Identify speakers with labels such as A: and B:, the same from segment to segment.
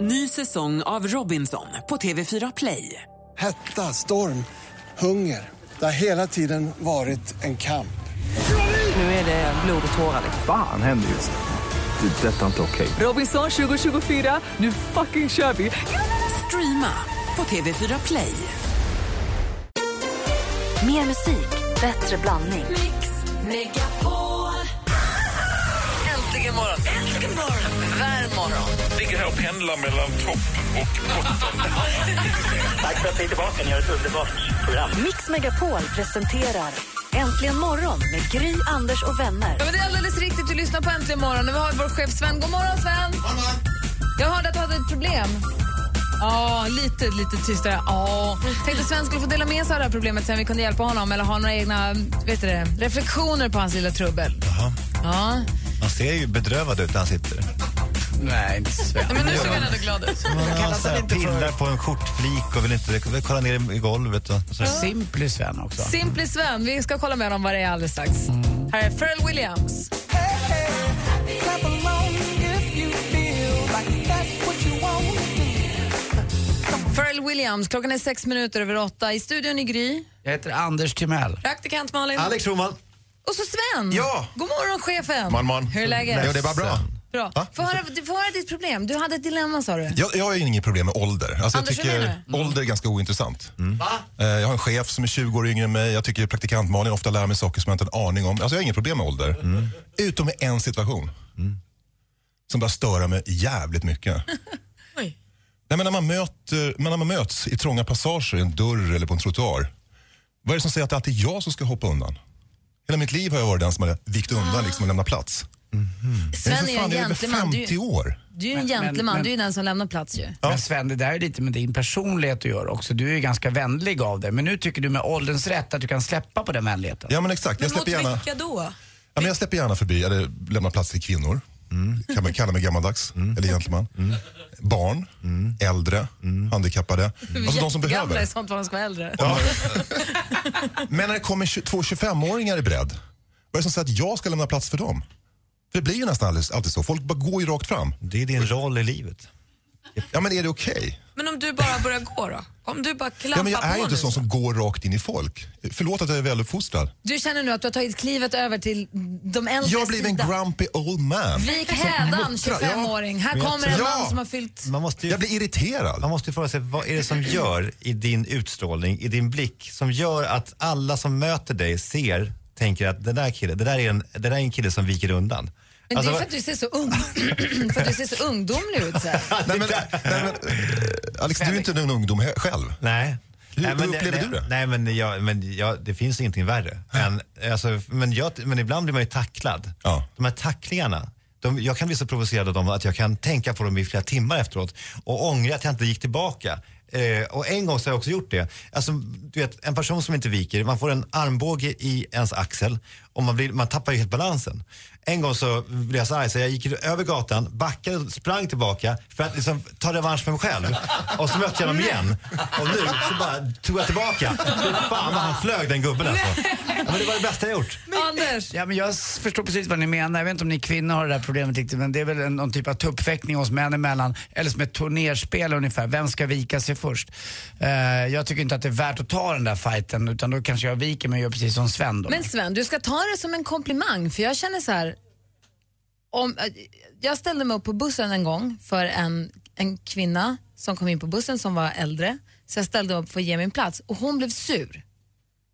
A: Ny säsong av Robinson på TV4 Play.
B: Hetta, storm, hunger. Det har hela tiden varit en kamp.
A: Nu är det blod och tårar.
C: Fan händer just nu. Det. är Detta är inte okej.
A: Robinson 2024, nu fucking kör vi! Streama på TV4 Play.
D: Mer musik, bättre blandning.
A: Äntligen morgon! Äntligen morgon! Värm morgon!
E: ligger här och pendlar mellan topp och botten.
F: Tack för att ni är tillbaka. Ni har ett underbart program.
D: Mix Megapol presenterar Äntligen morgon med Gry, Anders och vänner.
G: Ja, men det är alldeles riktigt. Du lyssnar på Äntligen morgon. Och Vi har vår chef Sven. God morgon, Sven! Jag hörde att du hade ett problem. Ja, lite, lite tystare. Ja. Tänkte Sven skulle få dela med sig av det här problemet sen vi kunde hjälpa honom eller ha några egna vet du det, reflektioner på hans lilla trubbel. Ja.
H: Han ser ju bedrövad ut när han sitter.
G: Men nu Alltså, såg han ändå glad ut.
H: Han har så
C: Alltså,
H: här pillar på en skjortflik och vill inte vill kolla ner i golvet. Och så.
G: Simply Sven. Vi ska kolla med honom vad det är alldeles strax. Här är Pharrell Williams. Pharrell Williams, klockan är sex minuter över åtta. I studion i Gry.
I: Jag heter Anders Timell.
G: Praktikant Malin.
H: Alex Roman.
G: Och så Sven.
H: Ja.
G: God morgon chefen.
E: Man, man.
G: Hur är läget?
H: Jo, det är bara bra.
G: Bra.
E: Va?
G: Få höra, du får höra ditt problem. Du hade ett dilemma sa du.
E: Jag, jag har ju inget problem med ålder. Alltså, jag
G: Anders, hur menar
E: tycker ålder är ganska ointressant. Eh, Jag har en chef som är 20 år yngre än mig. Jag tycker praktikant Malin ofta lär mig saker som jag inte har en aning om. Alltså, jag har inget problem med ålder. Utom i en situation. Som bara störa mig jävligt mycket.
G: Oj.
E: Nej, men när, man möter, men när man möts i trånga passager, i en dörr eller på en trottoar. Vad är det som säger att det alltid är jag som ska hoppa undan? Hela mitt liv har jag varit den som har vikt undan liksom, och lämnat plats. Men
G: Ah. Sven
E: för
G: är ju en
E: fan, jag är över
G: gentleman. Du,
E: 50
G: är-
E: år.
G: du är ju en
I: Men-
G: gentleman.
I: men- men-
G: Du är ju den som lämnar plats ju.
I: Men Sven, det där är lite med din personlighet att göra också. Du är ju ganska vänlig av dig. Men nu tycker du med ålderns rätt att du kan släppa på den vänligheten.
E: Ja men exakt, jag släpper, gärna, ja,
G: då?
E: men jag släpper gärna förbi, eller lämnar plats till kvinnor.
H: Mm.
E: Kan man kalla mig gammaldags, eller gentleman. Barn,
H: Mm.
E: äldre, handikappade. Alltså de som
G: Gamla är
E: behöver.
G: sånt vad de ska vara äldre.
E: Ja. men när det kommer 20 två 25-åringar i bredd, vad är det som säger att jag ska lämna plats för dem? För det blir ju nästan alldeles, alltid så, folk bara går ju rakt fram.
H: Det är din roll i livet.
E: Ja men är det okej?
G: Men om du bara börjar gå då? Om du bara klampar
E: Ja, men jag är ju inte sån som går rakt in i folk. Förlåt att jag är väluppfostrad.
G: Du känner nu att du har tagit klivet över till de äldre
E: Jag blev en
G: sida.
E: grumpy old man.
G: Vik hädan,
E: muttra,
G: 25-åring. Här
H: men jag
G: kommer en
E: tror-
G: man
E: Ja.
G: som har fyllt...
H: Man måste ju,
E: Jag blir irriterad.
H: man måste ju fråga sig, vad är det som gör i din utstrålning, i din blick, som gör att alla som möter dig ser, tänker att den där killen, det där är en, det där är en kille som viker undan.
G: Men
H: Alltså,
G: det är för att du ser så, ung... för att du ser så ungdomlig ut. Så här.
E: Nej, men, nej, men, eh, Alex, du är inte en ungdom he- själv.
H: Nej.
E: Hur-
H: nej,
E: hur upplever
H: nej,
E: du det?
H: Nej, men, jag, men jag, det finns ingenting värre. Än, alltså, men, jag, men ibland blir man ju tacklad.
E: Ja.
H: De här tacklingarna, de, jag kan bli så provocerad av dem att jag kan tänka på dem i flera timmar efteråt och ångra att jag inte gick tillbaka. Eh, och en gång så har jag också gjort det. Alltså, du vet, en person som inte viker, man får en armbåge i ens axel och man, blir, man tappar ju helt balansen. En gång så blev jag så arg så jag gick över gatan, backade, sprang tillbaka för att liksom, ta revansch för mig själv. Och så mötte jag dem igen. Och nu så bara tog jag tillbaka. Fy Fan vad han flög den gubben alltså. Ja, Men det var det bästa jag gjort.
G: Anders!
I: Ja, men jag s- förstår precis vad ni menar. Jag vet inte om ni kvinnor har det där problemet riktigt, men det är väl en, någon typ av tuppfäktning oss män emellan, eller som ett turnerspel ungefär. Vem ska vika sig först? Eh, jag tycker inte att det är värt att ta den där fighten, utan då kanske jag viker mig och gör precis som Sven då.
G: Men Sven, du ska ta det som en komplimang för jag känner så här... Om, eh, jag ställde mig upp på bussen en gång för en, en kvinna som kom in på bussen som var äldre. Så jag ställde mig upp för att ge min plats och hon blev sur.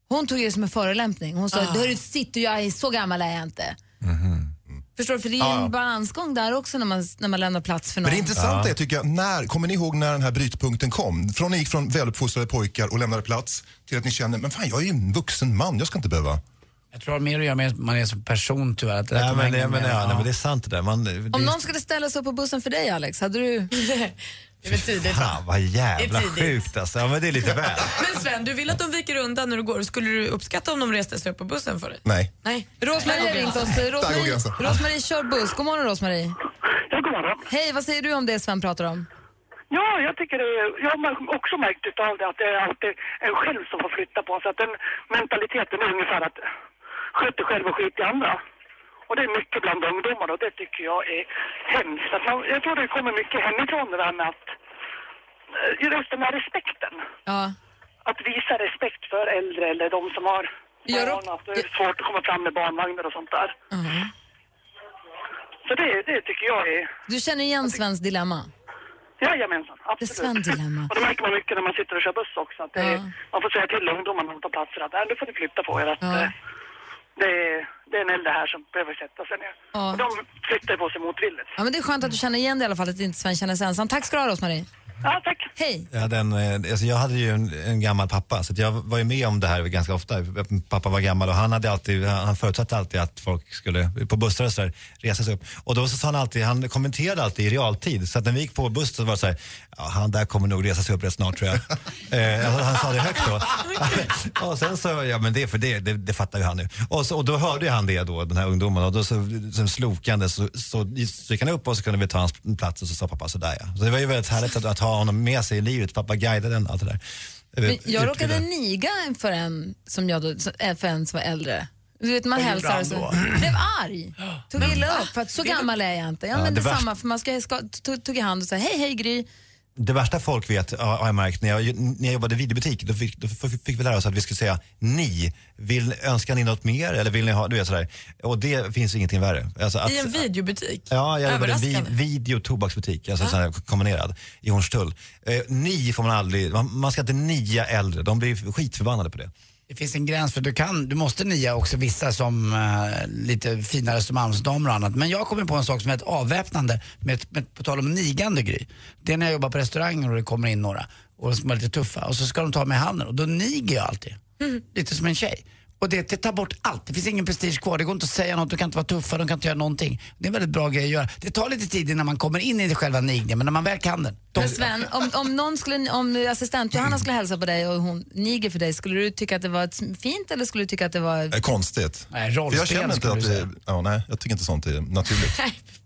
G: Hon tog det som en förolämpning. Hon sa, ah. du sitter jag är så gammal är jag inte.
H: Mhm.
G: Förstår du? För det är ju en balansgång där också när man, när man lämnar plats för någon.
E: Ah, Men det intressanta är, tycker jag, när, kommer ni ihåg när den här brytpunkten kom? Från ni gick från väluppfostrade pojkar och lämnade plats till att ni känner, men fan jag är ju en vuxen man, jag ska inte behöva.
I: Jag tror det har mer att göra med att man är som person tyvärr. Att det där
H: Nej
I: kommer
H: men,
I: hänga
H: ja, men,
I: med.
H: ja, nej, men det är sant det där. Man, det,
G: Om någon skulle ställa sig upp på bussen för dig Alex, hade du...
J: Det är väl tidigt. va?
H: Fan vad jävla
J: Det är tidigt.
H: sjukt alltså. Ja men det är lite väl.
J: Men Sven, du vill att de viker undan när du går. Skulle du uppskatta om de reste sig upp på bussen för dig?
E: Nej.
J: Nej.
G: Rosmarie har ringt oss. Rosmarie,
E: gränsen.
G: Rosmarie kör buss. God morgon Rosmarie.
F: Ja, god morgon.
G: Hej, vad säger du om det Sven pratar om?
F: Ja, jag tycker det är, Jag har också märkt utav det att det är alltid en själv som får flytta på sig. Att den mentaliteten är ungefär att sköt dig själv och skit i andra. Och det är mycket bland ungdomar och det tycker jag är hemskt. Att man, jag tror det kommer mycket hemifrån det där med att eh, just den här respekten.
G: Ja.
F: Att visa respekt för äldre eller de som har
G: Gör
F: barn.
G: upp-
F: Att det är svårt att komma fram med barnvagnar och sånt där. Så det, det tycker jag är...
G: Du känner igen Svens dilemma?
F: Jajamensan,
G: Det är
F: absolut.
G: Sven dilemma.
F: Och det märker man mycket när man sitter och kör buss också. Att det är,
G: Ja.
F: Man får säga till ungdomarna som tar platser att "Nej, nu får ni flytta på er. Att,
G: Ja.
F: eh, det, är, det är en äldre här som behöver sätta sig ner.
G: Ja.
F: Och de flyttar på sig motvilligt.
G: Ja, men det är skönt att du känner igen det i alla fall, att inte Sven känner sig ensam. Tack ska du ha, Rosmarie.
F: Ja, tack.
G: Hej.
H: Jag hade, en, eh, alltså jag hade ju en, en gammal pappa så att jag var ju med om det här ganska ofta. Pappa var gammal och han, hade alltid, han han förutsatte alltid att folk skulle, på bussar och sådär, resa sig upp. Och då så sa han alltid, han kommenterade alltid i realtid. Så att när vi gick på buss så var det såhär, ja, han där kommer nog resa sig upp rätt snart tror jag. eh, han, han sa det högt då. och sen så, ja men det är för det, det, det fattar ju han nu. Och, så, och då hörde ju han det då, den här ungdomen. Och då så, så slokande så, så, så gick han upp och så kunde vi ta hans plats och så sa pappa sådär ja. Så det var ju väldigt härligt att, att ha honom med sig i livet. Pappa guidade den allt det där. Eh,
G: Men jag råkade niga för en, som jag då, eh, för en som var äldre. Du vet, man
I: Vad gjorde
G: hälsar
I: han
G: och så
I: då?
G: blev arg. Tog illa upp, för att så gammal är jag inte. Ja,
H: Ja,
G: men det
H: det
G: är
H: värsta-
G: samma, för man ska, ska, tog, tog i hand och sa hej, hej Gry.
H: Det värsta folk vet, ja, har jag märkt, när jag, när jag jobbade i videobutik, då fick, då fick fick vi lära oss att vi skulle säga ni. Vill, önskar ni något mer eller vill ni ha, du vet sådär. Och det finns ingenting värre. Alltså att-
J: I en videobutik?
H: Ja, jag jobbade i en vi,
J: Överraskande.
H: video och tobaksbutik, alltså sån här kombinerad, i Hornstull. Eh, ni får man aldrig, man, man ska inte nia äldre, de blir skitförbannade på det.
I: Det finns en gräns för du kan, du måste nia också vissa som eh, lite finare som Amsterdam och annat. Men jag kommer på en sak som är ett avväpnande, med, med, på tal om nigande Gry. Det är när jag jobbar på restauranger och det kommer in några och som är lite tuffa och så ska de ta mig i handen och då niger jag alltid. Lite som en tjej. Och det, det tar bort allt, det finns ingen prestige kvar, det går inte att säga något, de kan inte vara tuffa, de kan inte göra någonting. Det är en väldigt bra grej att göra. Det tar lite tid innan man kommer in i det själva nigningen, men när man väl kan den. då-
G: Men Sven, om, om, någon skulle, om assistent Johanna skulle hälsa på dig och hon niger för dig, skulle du tycka att det var ett fint eller skulle du tycka att det var...
E: Eh, Konstigt.
I: Nej,
E: För
I: rollspel
E: jag känner inte
I: skulle
E: att
I: du
E: det,
I: säga.
E: ja, nej, jag tycker inte sånt är naturligt.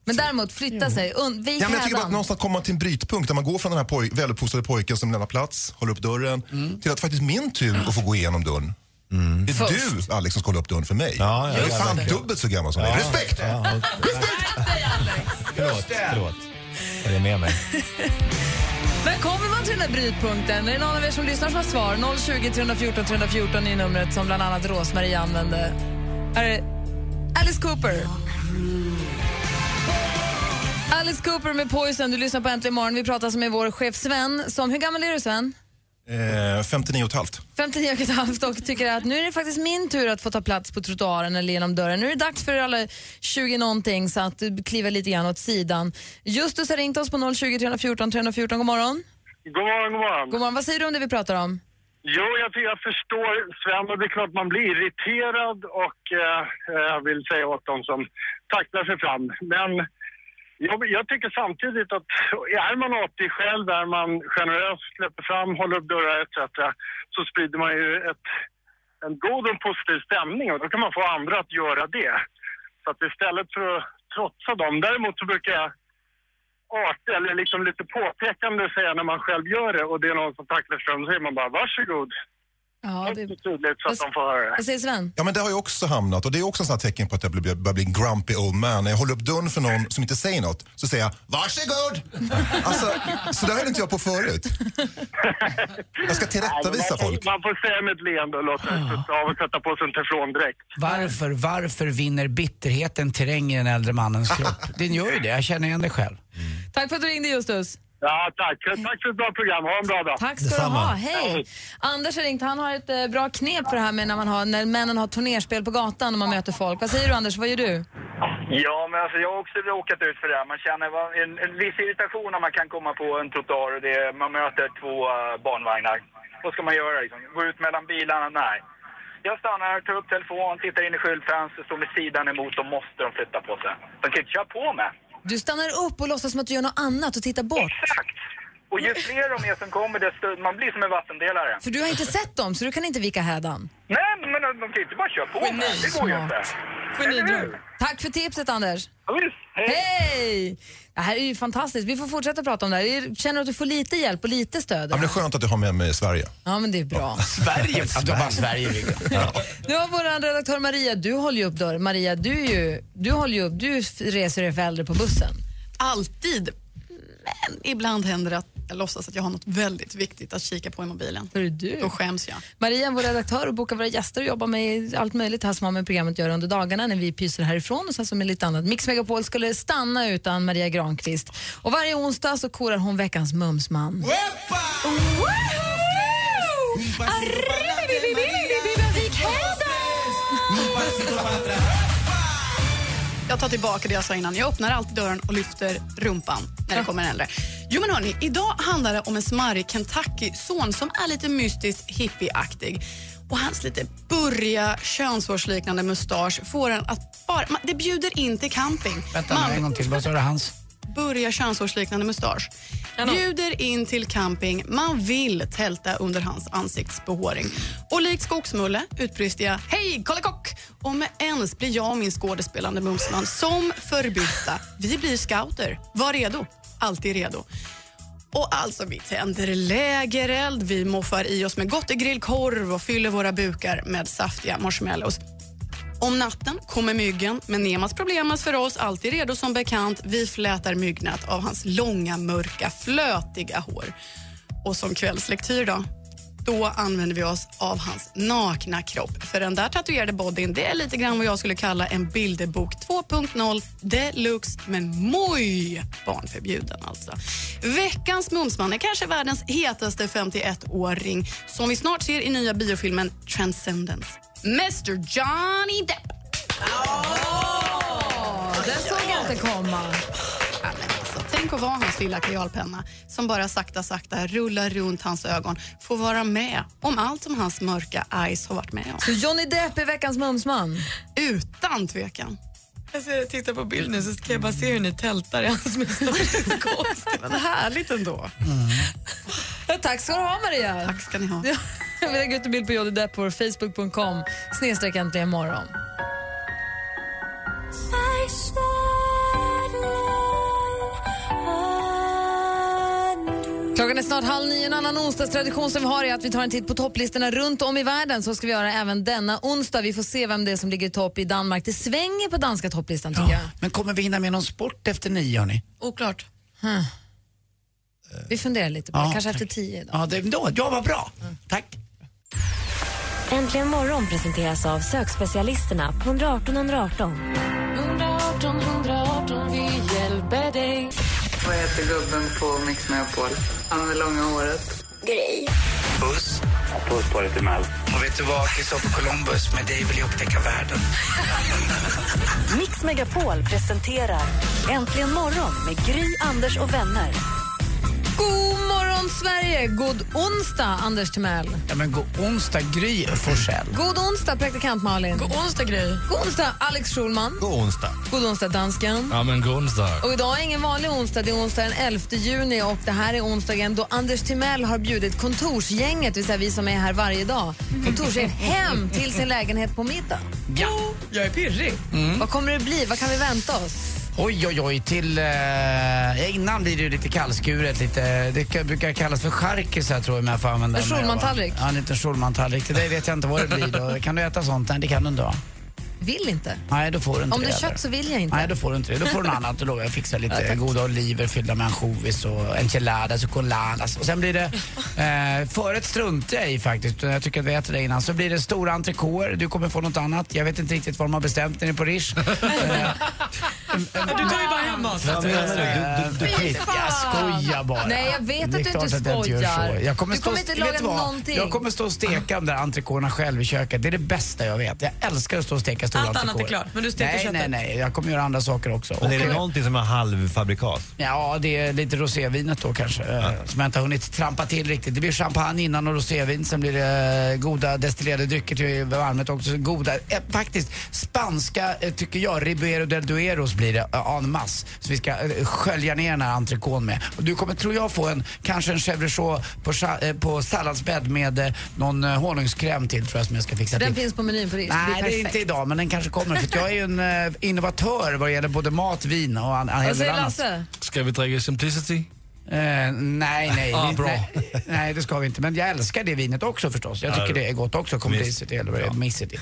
G: Men däremot flytta sig, und, vik
E: Ja, men jag tycker bara att
G: hädan.
E: någonstans kommer man till en brytpunkt där man går från den här poj- väluppfostrade pojken som lämnar plats, håller upp dörren,
H: Mm.
E: till att faktiskt min tur att få gå igenom dörren. Det är du, Alex, som ska hålla upp dörren för mig.
H: Ja, ja,
E: jag är
H: ja,
E: fan
H: verkligen.
E: dubbelt så gammal som dig. Respekt!
H: Förlåt, förlåt. Är det med mig?
G: När kommer man till den här brytpunkten? Är det någon av er som lyssnar som har svar? 020 314 314 är numret som bland annat Rosmarie använde. Här är Alice Cooper. Alice Cooper med Poison. Du lyssnar på Äntligen morgon. Vi pratar med vår chef Sven. Som, hur gammal är du, Sven?
E: Eh, 59 och ett halvt.
G: 59 och ett halvt och tycker att nu är det faktiskt min tur att få ta plats på trottoaren eller genom dörren. Nu är det dags för alla 20 någonting så att du kliver lite grann åt sidan. Justus har ringt oss på 020 314 314. God morgon.
F: God morgon, god morgon.
G: God morgon. Vad säger du om det vi pratar om?
F: Jo, jag, tycker jag förstår Sven och det är klart man blir irriterad och eh, jag vill säga åt dem som tacklar sig fram. Men jag, jag tycker samtidigt att är man 80 själv, är man generös, släpper fram, håller upp dörrar etc. så sprider man ju ett, en god och positiv stämning och då kan man få andra att göra det. Så att istället för att trotsa dem, däremot så brukar jag art eller liksom lite påpekande säga när man själv gör det och det är någon som tacklar ström så säger man bara varsågod.
G: Ja, det...
F: Ja, tydligt så att de får höra det.
G: Vad säger Sven?
E: Ja, men det har jag också hamnat och det är också en sån här tecken på att jag blir- börjar bli en grumpy old man. När jag håller upp dörren för någon som inte säger något så säger jag varsågod! Alltså, så där höll inte jag på förut. Jag ska tillrättavisa
F: man, får-
E: folk.
F: man får säga med ett leende och
G: Ah.
F: låta det stå av och sätta på sig en teflondräkt.
I: Varför, varför vinner bitterheten terräng i den äldre mannens kropp? Den gör ju det, jag känner igen det själv.
G: Tack för att du ringde Justus.
F: Ja, tack. Tack för ett bra program. Ha en bra dag.
G: Tack ska
H: Detsamma.
G: du ha. Hej! Anders har ringt. Han har ett eh, bra knep för det här med när, man har, när männen har turnerspel på gatan och man möter folk. Vad säger du Anders? Vad gör du?
K: Ja, men alltså jag har också råkat ut för det här. Man känner va- en, en viss irritation när man kan komma på en trottoar och det, man möter två eh, barnvagnar. Vad ska man göra liksom? Gå ut mellan bilarna? Nej. Jag stannar, tar upp telefonen, tittar in i skyltfönstret, står med sidan emot. Då måste de flytta på sig. De kan inte köra på mig.
G: Du stannar upp och låtsas som att du gör något annat och tittar bort.
K: Exakt! Och ju fler de är som kommer, desto... Man blir som en vattendelare.
G: För du har inte sett dem så du kan inte vika hädan.
K: Nej, men de de kan ju inte bara köra på mig. Det går ju inte.
G: Tack för tipset Anders.
K: Ja, visst.
G: Hej! Det här är ju fantastiskt. Vi får fortsätta prata om det här. Är- Känner du att du får lite hjälp och lite stöd?
E: Ja, men det är skönt att du har med mig i Sverige.
G: Ja, men det är bra.
I: Sverige? Ja, då bara Sverige Viggo.
G: Nu har vår redaktör Maria, du håller ju upp dörren. Maria, du, är ju, du, håller ju upp, du f- reser dig för äldre på bussen.
L: Alltid. Men ibland händer det att jag låtsas att jag har något väldigt viktigt att kika på i mobilen.
G: För du?
L: Då skäms jag.
G: Maria, vår redaktör, och bokar våra gäster och jobbar med allt möjligt här som har med programmet att göra under dagarna när vi pyser härifrån och sen så med lite annat. Mix Megapol skulle stanna utan Maria Granqvist. Och varje onsdag så korar hon veckans mumsman.
L: Jag tar tillbaka det jag sa innan. Jag öppnar alltid dörren och lyfter rumpan när det kommer en äldre. Jo men hörni, idag handlar det om en smarrig Kentucky-son som är lite mystiskt hippieaktig. Och hans lite burriga könsårsliknande mustasch får en att bara... man- Det bjuder in till camping.
I: Vänta
L: Man-
I: nu, en gång till. Vad sa du? Hans?
L: Börja könsårsliknande mustasch. Bjuder in till camping. Man vill tälta under hans ansiktsbehåring. Och likt Skogsmulle utbrister jag Hej kollekock! Och med ens blir jag och min skådespelande mumsman som förbytta. Vi blir scouter. Var redo. Alltid redo. Och alltså vi tänder lägereld, vi moffar i oss med gottegrillkorv och fyller våra bukar med saftiga marshmallows. Om natten kommer myggen, men Nemas problemas för oss, alltid redo som bekant. Vi flätar myggnät av hans långa, mörka, flötiga hår. Och som kvällslektyr då? Då använder vi oss av hans nakna kropp. För den där tatuerade bodyn, det är lite grann vad jag skulle kalla en bilderbok 2.0 deluxe, men moj barnförbjuden alltså. Veckans Mumsman är kanske världens hetaste 51-åring som vi snart ser i nya biofilmen Transcendence. Mr Johnny Depp.
G: Den såg jag inte komma.
L: Alltså, tänk att vara hans lilla kajalpenna som bara sakta, sakta rullar runt hans ögon. Får vara med om allt som hans mörka eyes har varit med om.
G: Så Johnny Depp är veckans mumsman?
L: Utan tvekan.
J: Alltså, jag tittar på bild nu så ska jag bara se hur ni tältar i hans mustasch.
L: Men härligt ändå.
G: Ja, tack ska du ha Maria. Tack
L: ska ni ha.
G: Vi lägger ut en bild på Johnny Depp på facebook.com snedstreck äntligen morgon. Klockan är snart halv nio. En annan onsdagstradition som vi har är att vi tar en titt på topplistorna runt om i världen. Så ska vi göra även denna onsdag. Vi får se vem det är som ligger i topp i Danmark. Det svänger på danska topplistan tycker jag.
I: Men kommer vi hinna med någon sport efter nio, hörni?
L: Oklart.
G: Hmm. Vi funderar lite på det.
I: Ja,
G: Kanske
I: tack.
G: efter tio idag.
I: Ja, det, då, ja vad bra.
D: Äntligen morgon presenteras av sökspecialisterna på 118 118.
M: 118 118, vi hjälper dig.
N: Vad heter gubben på Mix Megapol? Han med långa håret. Grej.
O: Puss. Puss på dig till Mel. Och vet du vad, Kristoffer Columbus, med dig vill jag upptäcka världen.
D: Mix Megapol presenterar Äntligen morgon med Gry, Anders och vänner.
G: God morgon Sverige! God onsdag Anders Timell.
I: Ja, men god onsdag, Gry Forssell.
G: God onsdag praktikant Malin. God
J: onsdag Gry.
G: God onsdag Alex Schulman.
P: God onsdag.
G: God onsdag dansken.
P: Ja, men god onsdag.
G: Och idag är ingen vanlig onsdag, det är onsdag den 11 juni och det här är onsdagen då Anders Timell har bjudit kontorsgänget, det vill säga vi som är här varje dag, kontorsgänget hem till sin lägenhet på middag.
I: Ja, Mm.
J: jag är pirrig.
G: Vad kommer det bli? Vad kan vi vänta oss?
I: Oj, oj, oj. Till, eh, innan blir det ju lite kallskuret. Lite, det ka- brukar kallas för charkisar, tror jag, om jag får använda
G: En
I: mig av.
G: Schulman-tallrik.
I: Ja, en liten Schulman-tallrik. Det där vet jag inte vad det blir. Då. Kan du äta sånt? Nej, det kan du inte. va?
G: Vill inte.
I: Nej, då får du inte
G: Om det är
I: heller.
G: kött så vill jag inte.
I: Nej, då får du inte det. Då får du något annat. Då lovar jag fixa lite
G: Ja, tack.
I: goda oliver fyllda med ansjovis och enchiladas och coladas. Och sen blir det... Eh, förrätt struntar jag i faktiskt. Jag tycker att vi äter det innan. Så blir det stora entrecôter. Du kommer få något annat. Jag vet inte riktigt vad de har bestämt nere på Rish.
J: Du tar ju bara hem mat.
I: Vad menar du? Du, du, du jag skojar bara.
G: Nej, jag vet att
I: Det är
G: du inte
I: klart att jag inte gör
G: skojar.
I: så. Jag kommer
G: Du
I: stå-
G: kommer inte
I: vet
G: laga
I: du vad?
G: någonting.
I: Jag kommer stå och steka de där entrecôterna själv i köket. Det är det bästa jag vet. Jag älskar att stå och steka stora
J: Allt annat är
I: entrecôter.
J: klart, men du steker
I: nej,
J: köttet.
I: Nej, nej, Jag kommer göra andra saker också.
H: Men är
I: Och-
H: det någonting som är halvfabrikat?
I: Ja, det är lite rosévinet då kanske. eh, Som jag inte har hunnit trampa till riktigt. Det blir champagne innan och rosévin. Sen blir det eh, goda destillerade drycker till varmet också. Goda, eh, faktiskt spanska, eh, tycker jag, Ribero del Dueros blir det eh, en masse som vi ska eh, skölja ner den här entrecôten med. Och du kommer, tror jag, få en, kanske en chèvre på, sa- eh, på salladsbädd med eh, någon eh, honungskräm till tror jag som jag ska fixa
G: Den
I: till.
G: finns på menyn på Rish.
I: Nej, det är inte idag, men den kanske kommer. För att jag är ju en eh, innovatör vad gäller både mat, vin och an,
G: Vad
I: an, hel del
G: säger
I: annat.
G: Lasse?
P: Ska vi dricka Simplicity?
I: Eh, nej, nej.
P: Ah,
I: vi-
P: bra.
I: nej. Nej, det ska vi inte. Men jag älskar det vinet också förstås. Jag
P: Ja,
I: tycker
P: det-
I: det är gott också. Complicity eller vad det är. Missity.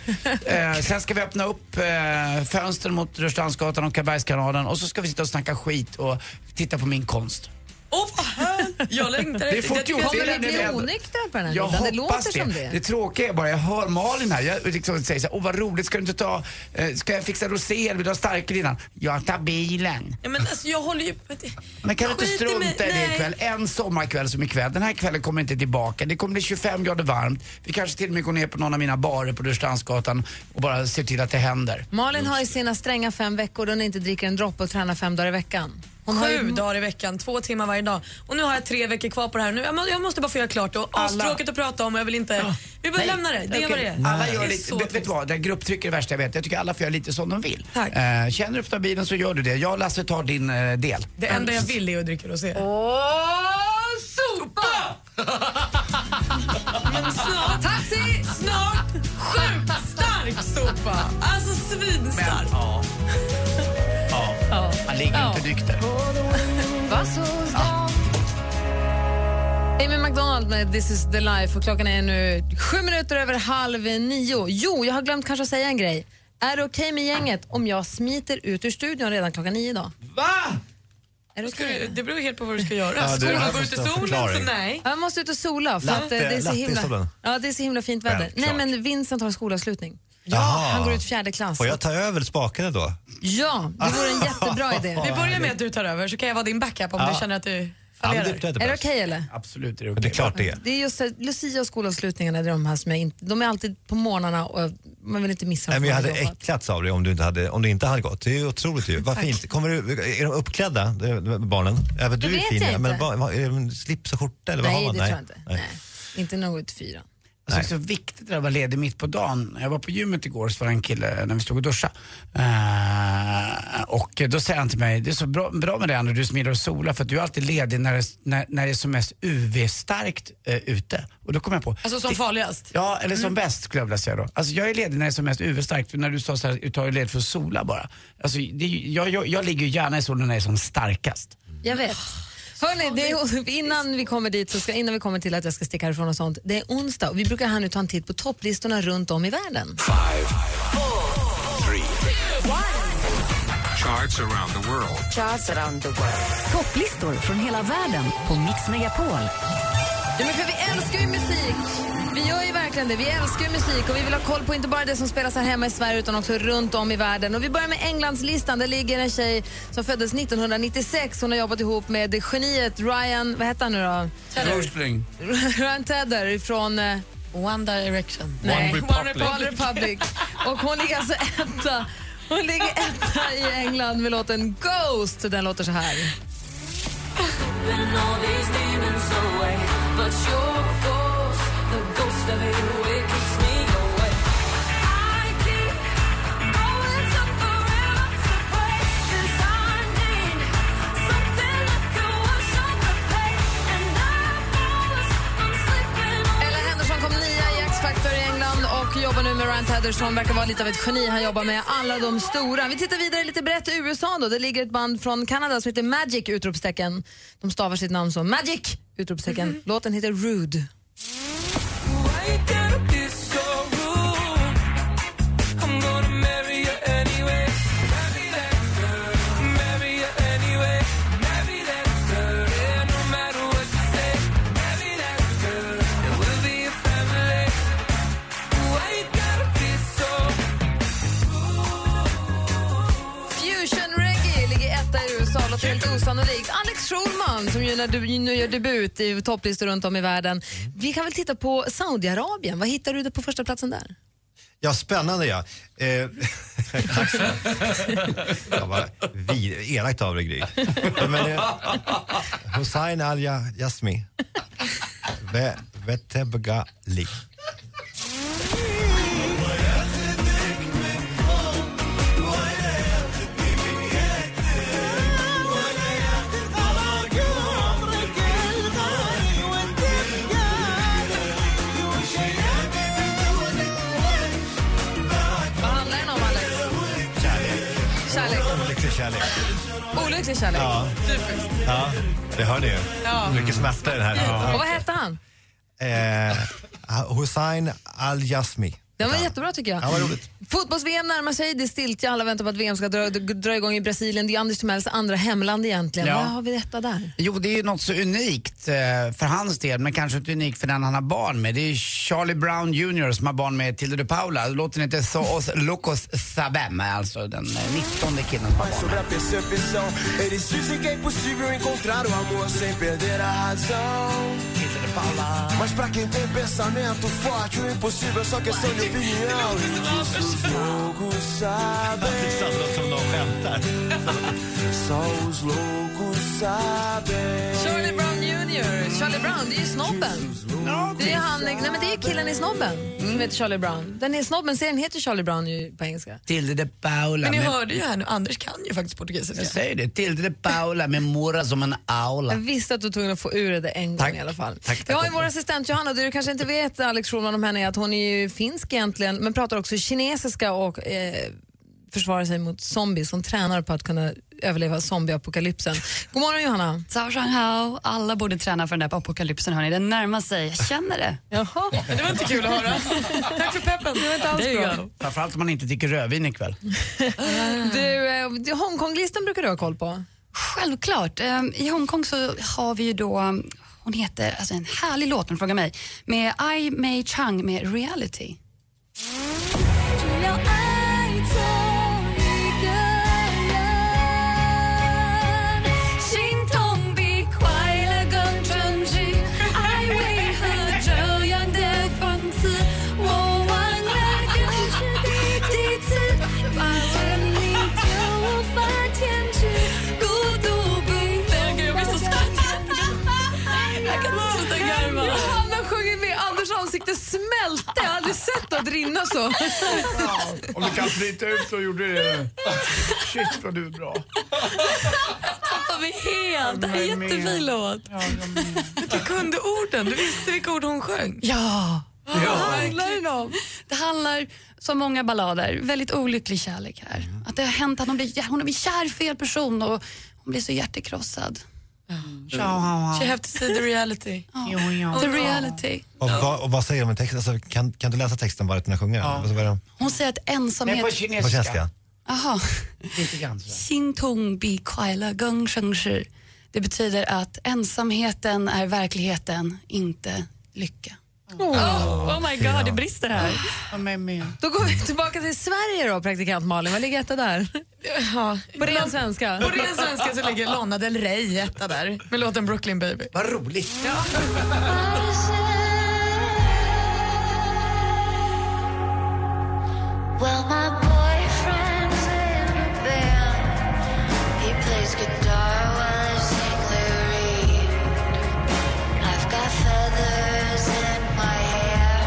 I: Eh, sen ska vi öppna upp eh, fönstren mot Rörstrandsgatan och Karlbergskanalen och så ska vi sitta och snacka skit och titta på min konst.
J: Åh, vad härligt! Jag längtar
I: Det är fort gjort.
G: Kommer
I: Det
G: vi
I: är
G: bli
I: det.
G: onyktra på den här
I: Jag
G: middagen? Det
I: hoppas
G: låter
I: det.
G: som det.
I: Det tråkiga är bara, jag hör Malin här. Jag liksom säger så här, åh vad roligt, ska du inte ta, eh, ska jag fixa rosé eller vill du ha starkare innan? Jag tar bilen.
J: Ja, men alltså, jag håller ju... på att-
I: Men kan du inte
J: Skit i mig,
I: strunta i det
J: nej.
I: ikväll? En sommarkväll som ikväll. Den här kvällen kommer inte tillbaka. Det kommer bli 25 grader varmt. Vi kanske till och med går ner på någon av mina barer på Rörstrandsgatan och bara ser till att det händer.
G: Malin har ju sina stränga fem veckor då hon inte dricker en droppe och tränar fem dagar i veckan. Hon har
J: Sju
G: ju...
J: dagar i veckan, två timmar varje dag. Och nu har jag tre veckor kvar på det här. Nu, jag, må, jag måste bara få göra klart och astråkigt att prata om och jag vill inte... Vi bara
I: Nej.
J: lämnar det. Det är vad det är.
I: Alla
J: Det
I: gör
J: är
I: lite,
J: så
I: vet, vet du vad, det här grupptryck är det värsta jag vet. Jag tycker alla får göra lite som de vill.
J: Tack.
I: Eh, känner du för att ta bilen så gör du det. Jag och Lasse tar din eh, del.
J: Det enda jag vill är att dricka rosé.
G: Åh, sopa!
J: Men snart... Taxi! Snart sjukt stark sopa. Alltså svinstark.
I: Ja. Ja. Han ligger
G: Ja.
I: inte nykter.
G: Va? Amy McDonald med This is the life och klockan är nu sju minuter över halv nio. Jo, jag har glömt kanske att säga en grej. Är det okej med gänget om jag smiter ut ur studion redan klockan nio idag?
I: Va?
G: Är det
J: Ska du- Det beror helt på vad du ska göra.
G: Ja, det-
J: ska
G: det här
J: du gå ut
G: måste
J: i
G: ha
J: solen
G: förklaring.
J: så nej.
G: Ja, Jag måste ut och sola för
J: Latte-
G: att eh, det, är så
J: latte i
G: himla,
J: solen.
G: ja, det är så himla fint väder. Nej
H: Självklart.
G: men Vincent har skolavslutning. Ja,
H: Jaha.
G: han går ut fjärde klass.
H: Får jag ta över spakarna då?
G: Ja, det vore en jättebra idé.
J: Vi börjar med att du tar över så kan jag vara din backup om
H: Ja.
J: du känner att du
H: Ja, men
J: fallerar.
H: det blir
G: Är det okej eller?
I: Absolut är det
H: Det är klart det är.
G: Det är just eh, Lucia och skolavslutningarna, det är de här som jag inte, de är alltid på morgnarna och man vill inte missa
H: Nej,
G: dem.
H: men jag
G: för
H: hade
G: man jobbar.
H: äcklats av det om du inte hade, om du inte hade gått. Det är ju otroligt ju. Vad
G: Tack.
H: fint. Kommer du, är de uppklädda, eh, barnen? Även du
G: Det
H: är
G: vet
H: fin.
G: jag
H: Men
G: inte.
H: vad, vad, är det en slips och skjorta eller vad
G: Nej,
H: har man?
G: det tror jag inte. Inte något fyra.
I: Alltså, det är så viktigt att vara ledig mitt på dagen. Jag var på gymmet igår så var det en kille när vi stod och duschade. Eh, och då säger han till mig, det är så bra, bra med dig Anna, du som gillar att sola för att du är alltid ledig när det, när, när det är som mest UV-starkt eh, ute. Och då kom jag på...
J: Alltså som
I: det-
J: farligast. Mm.
I: Ja, eller som bäst skulle jag vilja säga då. Alltså jag är ledig när det är som mest UV-starkt. För när du sa så här, du tar ju ledigt för att sola bara. Alltså det, är ju- jag, jag, jag ligger ju gärna i solen när det är som starkast.
G: Jag vet.
H: Ah,
G: Hörni, det är, innan, vi kommer dit, så ska, innan vi kommer till att jag ska sticka härifrån och sånt. Det är onsdag och vi brukar här nu ta en titt på topplistorna runt om i världen.
Q: Five, three. Charts around the world.
D: Topplistor från hela världen på Mix Megapol.
G: Ja, men för vi älskar ju musik! Vi gör ju verkligen det. Vi älskar ju musik och vi vill ha koll på inte bara det som spelas här hemma i Sverige utan också runt om i världen. Och vi börjar med Englandslistan. Där ligger en tjej som föddes 1996. Hon har jobbat ihop med geniet Ryan, vad heter han nu då?
I: Rosling.
G: Ryan Tedder från... eh, One Direction.
I: One Republic.
G: One Republic. Och hon ligger alltså etta. Hon ligger etta i England med låten Ghost. Den låter så här.
M: When all these demons away, but your ghost, the ghost of it, it keeps me away. I keep always up forever to pray, 'cause I need something that can wash out the pain. And I promise I'm sleeping on
G: Ella Henderson kom nia i X-Factor i England och jobbar nu med Ryan Tedder som verkar vara lite av ett geni. Han jobbar med alla de stora. Vi tittar vidare lite brett i USA då. Det ligger ett band från Kanada som heter Magic! utropstecken. De stavar sitt namn som Magic! utropstecken. Låten heter Rude.
M: Why you gotta be so rude? I'm gonna marry you anyway. Marry that girl. Marry you anyway. Marry that girl. Yeah, no matter what you say. Marry that girl. And we'll be a family. Why you gotta be so
G: Fusion reggae ligger etta i USA, låter helt osannolikt. Alex Schulman som ju när du, nu gör debut i topplistor runt om i världen.
H: Mm.
G: Vi kan väl titta på Saudiarabien. Vad hittar du det på första platsen där?
H: Ja, spännande ja. Eh, tack så ja, vad vi, Elakt av dig, Gry. Men, eh, Hussein al Jasmi. Ve, Vetebegali.
G: sin kärlek.
H: Ja.
G: Typiskt.
H: Ja, det hör ni ju.
G: Ja.
H: Mycket smärta i den här.
G: Och vad hette han?
H: Eh, Hussein Al-Jasmi.
G: Den var jättebra tycker jag.
H: Ja, vad roligt.
G: Fotbolls-VM närmar sig, det är stiltje, alla väntar på att VM ska dra, dra igång i Brasilien. Det är Anders Timells andra hemland egentligen.
I: Ja.
G: Vad har vi detta där?
I: Jo, det är ju något så unikt eh, för hans del, men kanske inte unikt för den han har barn med. Det är Charlie Brown Jr som har barn med Tilde de Paula. Låten heter So os locos sabem, alltså den eh, 19 killen som har barn med.
P: Sobre a percepção, eles dizem que é impossível encontrar o amor sem perder a razão. Mas pra quem tem pensamento forte, o impossível é só questão de opinião. E os dos loucos sabem. Só os loucos sabem.
G: Charlie Brown Jr. Charlie Brown, det är ju snobben. Det är, han, nej, men det är killen i snobben som heter Charlie Brown. Den är snobben, serien heter Charlie Brown ju på engelska.
I: Tilde de Paula.
J: Men ni
I: med-
J: hörde ju här nu, Anders kan ju faktiskt portugisiska.
I: Jag säger det, Tilde de Paula med Mora som en aula.
G: Jag visste att du var tvungen att få ur det där en gång
I: Tack.
G: i alla fall.
I: Tack,
G: Vi har ju vår assistent Johanna, det du kanske inte vet Alex Schulman om henne är att hon är ju finsk egentligen men pratar också kinesiska och eh, försvarar sig mot zombies. Hon tränar på att kunna överleva zombieapokalypsen. God morgon Johanna.
R: Zhao Zhanghao, alla borde träna för den där apokalypsen hörni, den närmar sig, jag känner det.
G: Jaha.
J: Det var inte kul att höra. Tack för peppen. Det var inte alls
R: There you
J: bra.
R: go.
I: Framförallt om man inte dricker rödvin ikväll.
G: Du, eh, du, Hongkonglistan brukar du ha koll på.
R: Självklart, Ehm, i Hongkong så har vi ju då, um, hon heter, alltså en härlig låt om du frågar mig, med Ai Mei Chang med Reality.
M: 只要爱错一个人，心痛比快乐更纯净。爱为何这样的讽刺？我忘了又是第几次，遇见你就无法停止，孤独比快乐 更纯净。
J: Jag kan inte sluta garva.
G: Johanna sjunger med, Anders ansikte smälte. Jag har aldrig sett att rinna så.
I: Om du kan flyta ut så gjorde du det. Shit vad du är bra.
J: Tappar vi helt. Det här är
I: Jag
J: en
I: med.
J: jättefin låt. Du kunde orden. Du visste vilka ord hon sjöng.
R: Ja.
J: Ja.
R: handlar det om? Det handlar, som många ballader, väldigt olycklig kärlek här.
G: Mm.
R: Att det har hänt att hon blir, hon blir kär i fel person och hon blir så hjärtekrossad.
J: She have to see the reality.
R: The reality.
H: Och, vad, och vad säger de i texten? Alltså, kan, kan du läsa texten bara utan att sjunga? Alltså, vad är det?
R: Hon säger att ensamhet...
H: Nej, på kinesiska. På kinesiska.
R: Aha.
I: Lite grann.
R: Xin tong bi kuai le gong sheng shi. Det betyder att ensamheten är verkligheten, inte lycka.
J: Oh, oh my god, det brister här.
G: Då går vi tillbaka till Sverige då, praktikant Malin. Vad ligger etta där? På ren svenska.
J: På ren svenska så ligger Lana Del Rey etta där med låten Brooklyn baby.
I: Vad roligt.
J: Ja.
M: Well, my boyfriend's in the band. He plays guitar while I sing the reed. I've got feathers in my hair.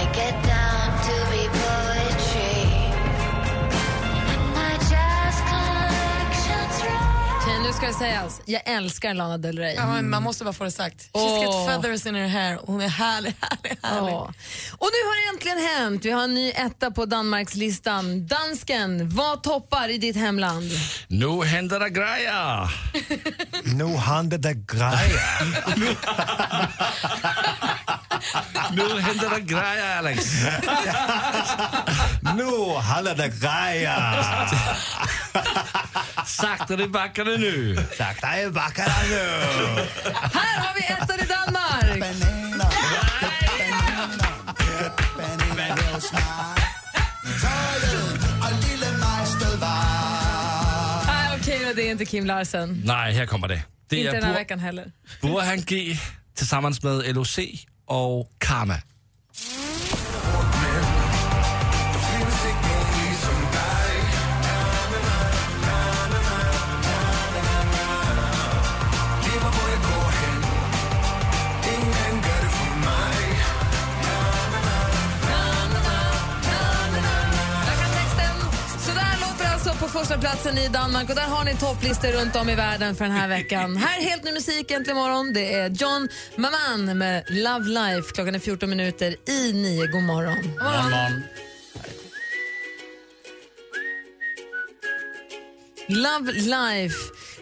M: I get down to be poetry. And my jazz collection's
G: Okej, nu ska det sägas. Jag älskar Lana Del Rey.
J: Ja, men man måste bara få det sagt. She's
G: Åh.
J: got feathers in her hair. Hon är härlig, härlig, härlig.
G: Ja. Och nu har det äntligen hänt. Vi har en ny etta på Danmarkslistan. Dansken, vad toppar i ditt hemland?
S: Nu händer det grejer!
H: Nu händer det grejer.
S: Nu händer det grejer, Alex!
H: Nu händer det grejer.
S: Sakta i backarna nu!
H: Sakta i backarna nu!
G: Här har vi ettan i Danmark! Nej, Ah, okej då, det är inte Kim Larsen.
S: Nej, här kommer det. Det
G: inte
S: är
G: den här
S: Bur
G: veckan heller.
S: Burhan G tillsammans med LOC och Karma.
G: Så där låter det alltså på första platsen i Danmark och där har ni topplistor runt om i världen för den här veckan. Här helt ny musik äntligen imorgon. Det är John Maman med Love Life. Klockan är 14 minuter i 9. God morgon.
M: wrong.
G: Love Life.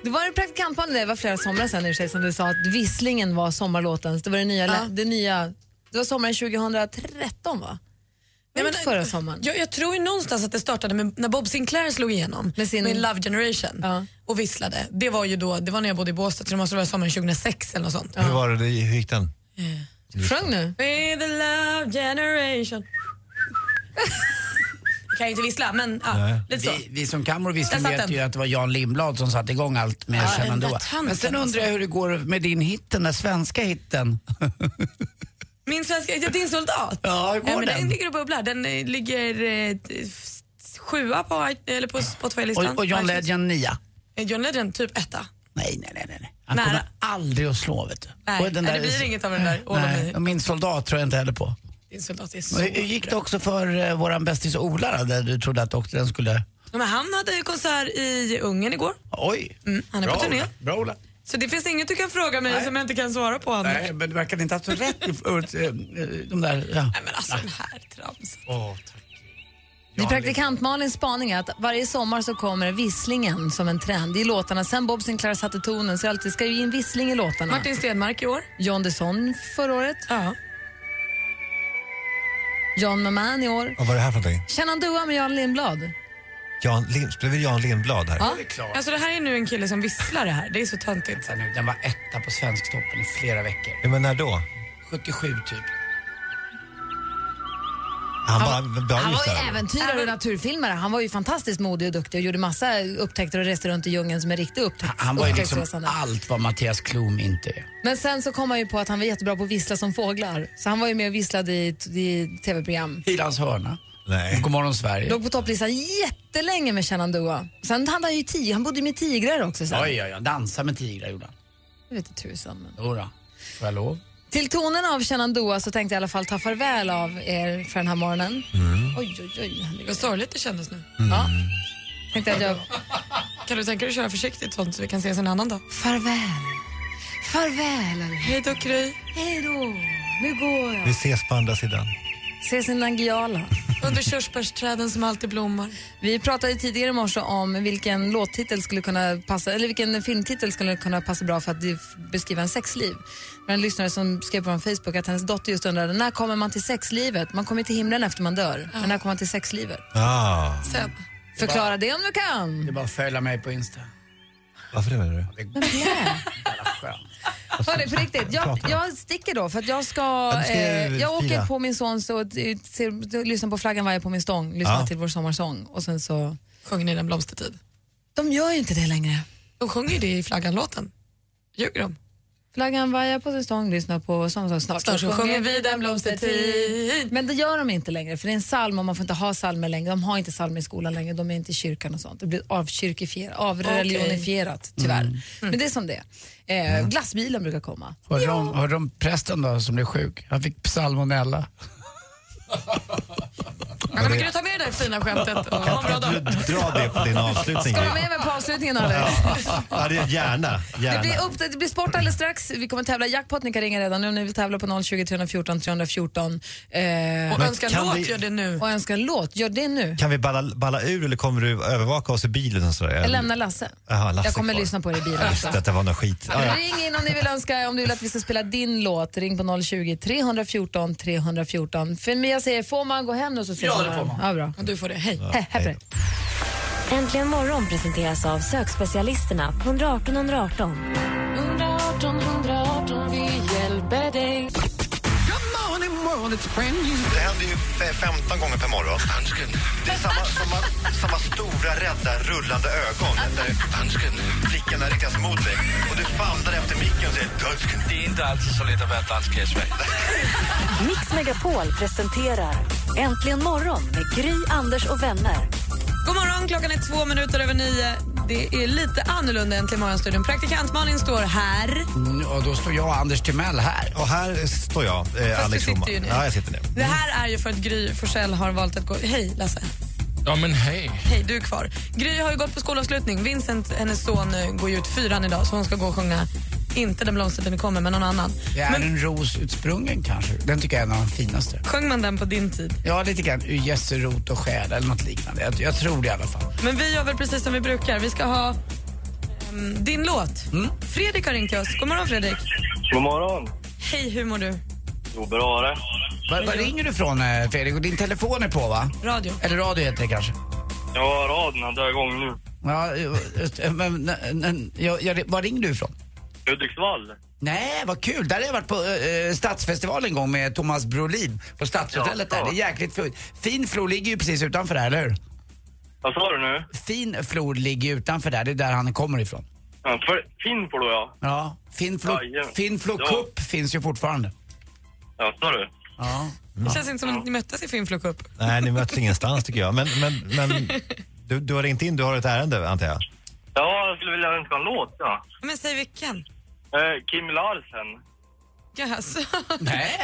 G: Det var en praktikantband, det var flera somrar sedan i och för sig, som du sa att Visslingen var sommarlåten. Det var det nya, det nya, det var sommaren 2013 va? Nej, men, förra sommaren.
J: Jag, jag tror ju någonstans att det startade med, när Bob Sinclair slog igenom med,
G: sin-
J: Love Generation och visslade. Det var ju då, det var när jag bodde i Båstad så det måste vara sommaren 2006 eller något sånt.
H: Hur var det, det- hur gick den?
G: Sjung nu.
J: We're the love generation. Jag kan ju inte vissla men ja, lite så.
I: Vi, vi som kan vår vissling
J: Där satt
I: vet
J: den.
I: ju att det var Jan Lindblad som satte igång allt med
J: Ja,
I: ja,
J: den där
I: Shenandoah.
J: alltså. tanten
I: Men sen undrar jag hur det går med din hit, den där svenska hitten.
J: Min svenska, ja, din soldat.
I: Ja, hur går
J: men
I: den?
J: den ligger och bubblar. Den eh, ligger eh, t- f- sjua på, i- eller på Spotify-listan.
I: Och, och John
J: iTunes.
I: Legend nia.
J: Eh, John Legend, typ etta.
I: Nej, nej, nej. nej. Han
J: Nära.
I: kommer aldrig att slå vet du.
J: Nej,
I: Och den
J: nej,
I: där-
J: det blir inget av den där All of
I: Nej,
J: Me.
I: och min soldat tror jag inte heller på.
J: Din soldat är så
I: Men Hur hur gick det också för eh, våran bästis Ola då, där du trodde att också den skulle...
J: Ja, men han hade ju konsert i Ungern igår.
I: Oj!
J: Mm, han är
I: bra,
J: på turné.
I: Ola. Bra Ola.
J: Så det finns inget du kan fråga mig
I: Nej.
J: som jag inte kan svara på Anders.
I: Nej, men du verkar inte ha så rätt i för, eh, eh, de där... Ja. Nej,
J: men alltså den här tramsen.
I: Åh, tack.
G: Det är praktikant Malins spaning är att varje sommar så kommer visslingen som en trend i låtarna. Sen Bob Sinclair satte tonen så det alltid ska ju in vissling i låtarna.
J: Martin Stenmark i år.
G: John Desson förra året.
J: Ja.
G: John Maman i år.
H: Vad var det här för någonting?
G: Shenandoah med Jan Lindblad.
H: Jan Lind, blev det Jan Lindblad här?
G: Ja.
J: Alltså det här är nu en kille som visslar det här. Det är så töntigt.
I: Den var etta på Svensktoppen i flera veckor.
H: Ja, men när då?
I: 77 typ.
H: Han, bara, bara
G: Han var
H: visste
G: ju
H: det.
G: äventyrare och naturfilmare. Han var ju fantastiskt modig och duktig och gjorde massa upptäckter och reste runt i djungeln som en riktig upptäck-
I: Han var ju liksom
G: upptäcktsresande.
I: allt vad Mattias Klum inte är.
G: Men sen så kom han ju på att han var jättebra på att vissla som fåglar. Så han var ju med och visslade i, i tv-program.
I: Hylands hörna. Nej. God morgon Sverige.
G: Låg på topplistan jättelänge med Shenandoah. Sen hade han ju tio, han bodde med tigrar också sen.
I: Oj, oj, oj. Dansa med tigrar gjorde han.
G: Jag vet inte tusan. Men...
I: Jodå. Får jag lov?
G: Till tonen av Shenandoah så tänkte jag i alla fall ta farväl av er för den här morgonen.
H: Mm.
G: Oj, oj, oj.
J: Vad sorgligt det kändes nu.
G: Ja. Tänkte att jag...
J: Kan du tänka dig att köra försiktigt sånt så vi kan ses en annan dag?
G: Farväl. Farväl. Hej
J: då, Kry.
G: Hej då. Nu går jag.
H: Vi ses på andra sidan.
G: Ses i Nangijala.
J: Under körsbärsträden som alltid blommar.
G: Vi pratade tidigare i morse om vilken låttitel skulle kunna passa, eller vilken filmtitel skulle kunna passa bra för att beskriva en sexliv. Det var en lyssnare som skrev på vår Facebook att hennes dotter just undrade när kommer man till sexlivet? Man kommer till himlen efter man dör, men när kommer man till sexlivet?
H: Ah.
G: Sen. Förklara det om du kan.
I: Det är bara att följa mig på Insta.
H: Varför det menar du?
G: Hörni, på riktigt. Jag, jag sticker då för att jag ska...
H: Ja, du ska
G: eh, jag åker
H: fira.
G: på min son så ser, lyssnar på Flaggan vajar på min stång, lyssnar
H: Ja.
G: till vår sommarsång och sen så...
J: Sjunger ni den blomstertid?
G: De gör ju inte det längre.
J: De sjunger ju det i Flaggan-låten. Ljuger de?
G: Flaggan vajar på sin stång, lyssnar på sommarsång. Snart,
J: Snart så sjunger vi den blomstertid.
G: Men det gör de inte längre för det är en psalm och man får inte ha psalmer längre. De har inte psalmer i skolan längre, de är inte i kyrkan och sånt. Det blir avkyrkifierat, avreligionifierat tyvärr. Men det är som det är. eh, Glassbilen brukar komma.
I: Hörde du om, hörde du om prästen då som blev sjuk? Han fick salmonella.
J: Ja, men kan du ta med det där fina skämtet och ha en bra dag?
H: Dra det på din avslutning.
G: Ska du med mig på avslutningen eller?
H: Ja, det, gärna.
G: Det
H: gärna.
G: blir, upp, det blir sport alldeles strax. Vi kommer tävla i jackpot. Ni kan ringa redan nu. Ni vill tävla på 020 314 314. Eh,
J: Och önska
H: kan
J: låt,
H: vi-
J: gör det nu.
G: Och önska låt, gör det nu.
H: Kan vi balla, balla ur eller kommer du övervaka oss i bilen? Och sådär?
G: Jag lämnar Lasse.
H: Jaha, Lasse
G: jag kommer
H: kvar.
G: lyssna på det i bilen.
H: Ja, Just det, att det var något skit. Ja, ja.
G: Ring in om ni vill önska om du vill att vi ska spela din låt. Ring på 020 314 314. För mig jag säger, får man gå hem nu så ses
J: Ja,
G: vi
J: det
G: imorgon.
J: får man.
G: Ja, bra.
J: Och du får det. Hej.
G: He- he- he.
D: Äntligen morgon presenteras av sökspecialisterna på 118 118.
M: 118 118, vi hjälper dig.
H: Det händer ju fe- 15 gånger per morgon. Det är samma, samma, samma stora, rädda, rullande ögon. Där blickarna riktas mot dig. Och du famlar efter micken och säger dansken.
Q: Det är inte alltid så lätt att vara dansk här i Sverige.
D: Mix Megapol presenterar Äntligen morgon med Gry, Anders och vänner.
J: God morgon, klockan är två minuter över nio. Det är lite annorlunda än till morgonstudion. Praktikant Malin står här.
I: Mm, Och då står jag och Anders Timell här.
H: Och här står jag, eh,
J: Fast Alex du sitter Schulman. ju ner.
H: Ja, jag sitter ner.
J: Det här är ju för att Gry Forssell har valt att gå... Hej, Lasse.
S: Ja, men hej.
J: Hej, du är kvar. Gry har ju gått på skolavslutning. Vincent, hennes son, eh, går ju ut fyran idag så hon ska gå och sjunga Inte Den blomstertid nu kommer, men någon annan.
I: Det är en ros utsprungen kanske. Den tycker jag är en av de finaste.
J: Sjöng man den på din tid?
I: Ja, lite grann ur Jesse rot och själ eller något liknande. Jag, jag tror det i alla fall.
J: Men vi gör väl precis som vi brukar. Vi ska ha ehm, din låt.
H: Mm.
J: Fredrik har ringt till oss. God morgon, Fredrik.
T: God morgon.
J: Hej, hur mår du?
T: Jo, bra det.
I: Var, var ringer du från eh, Fredrik? Och din telefon är på va?
J: Radio.
I: Eller radio heter det kanske?
T: Ja, raderna drar igång nu.
I: Ja, just, eh, men, men, men, jag, jag, var ringer du ifrån?
T: Hudiksvall.
I: Nej, vad kul! Där har jag varit på eh, stadsfestival en gång med Thomas Brolin på Stadshotellet
T: Ja,
I: där.
T: ja.
I: Det är jäkligt fint. Fin Flo ligger ju precis utanför där, eller hur?
T: Vad sa du nu?
I: Fin Flo ligger ju utanför där, det är där han kommer ifrån.
T: Ja, för- Finn får du ja.
I: Ja, Finflo,
T: Jajamän.
I: Finflo
T: Ja.
I: Cup finns ju fortfarande.
T: Ja, sa du?
I: Ja.
J: Det känns inte som att ni möttes i Finnflo Cup.
H: Nej, ni möts ingenstans tycker jag. Men, men, men du, du har ringt in, du har ett ärende antar jag?
T: Ja, jag skulle vilja önska en låt. Ja.
J: Men säg vilken.
T: Eh, Kim Larsen.
J: Jaså?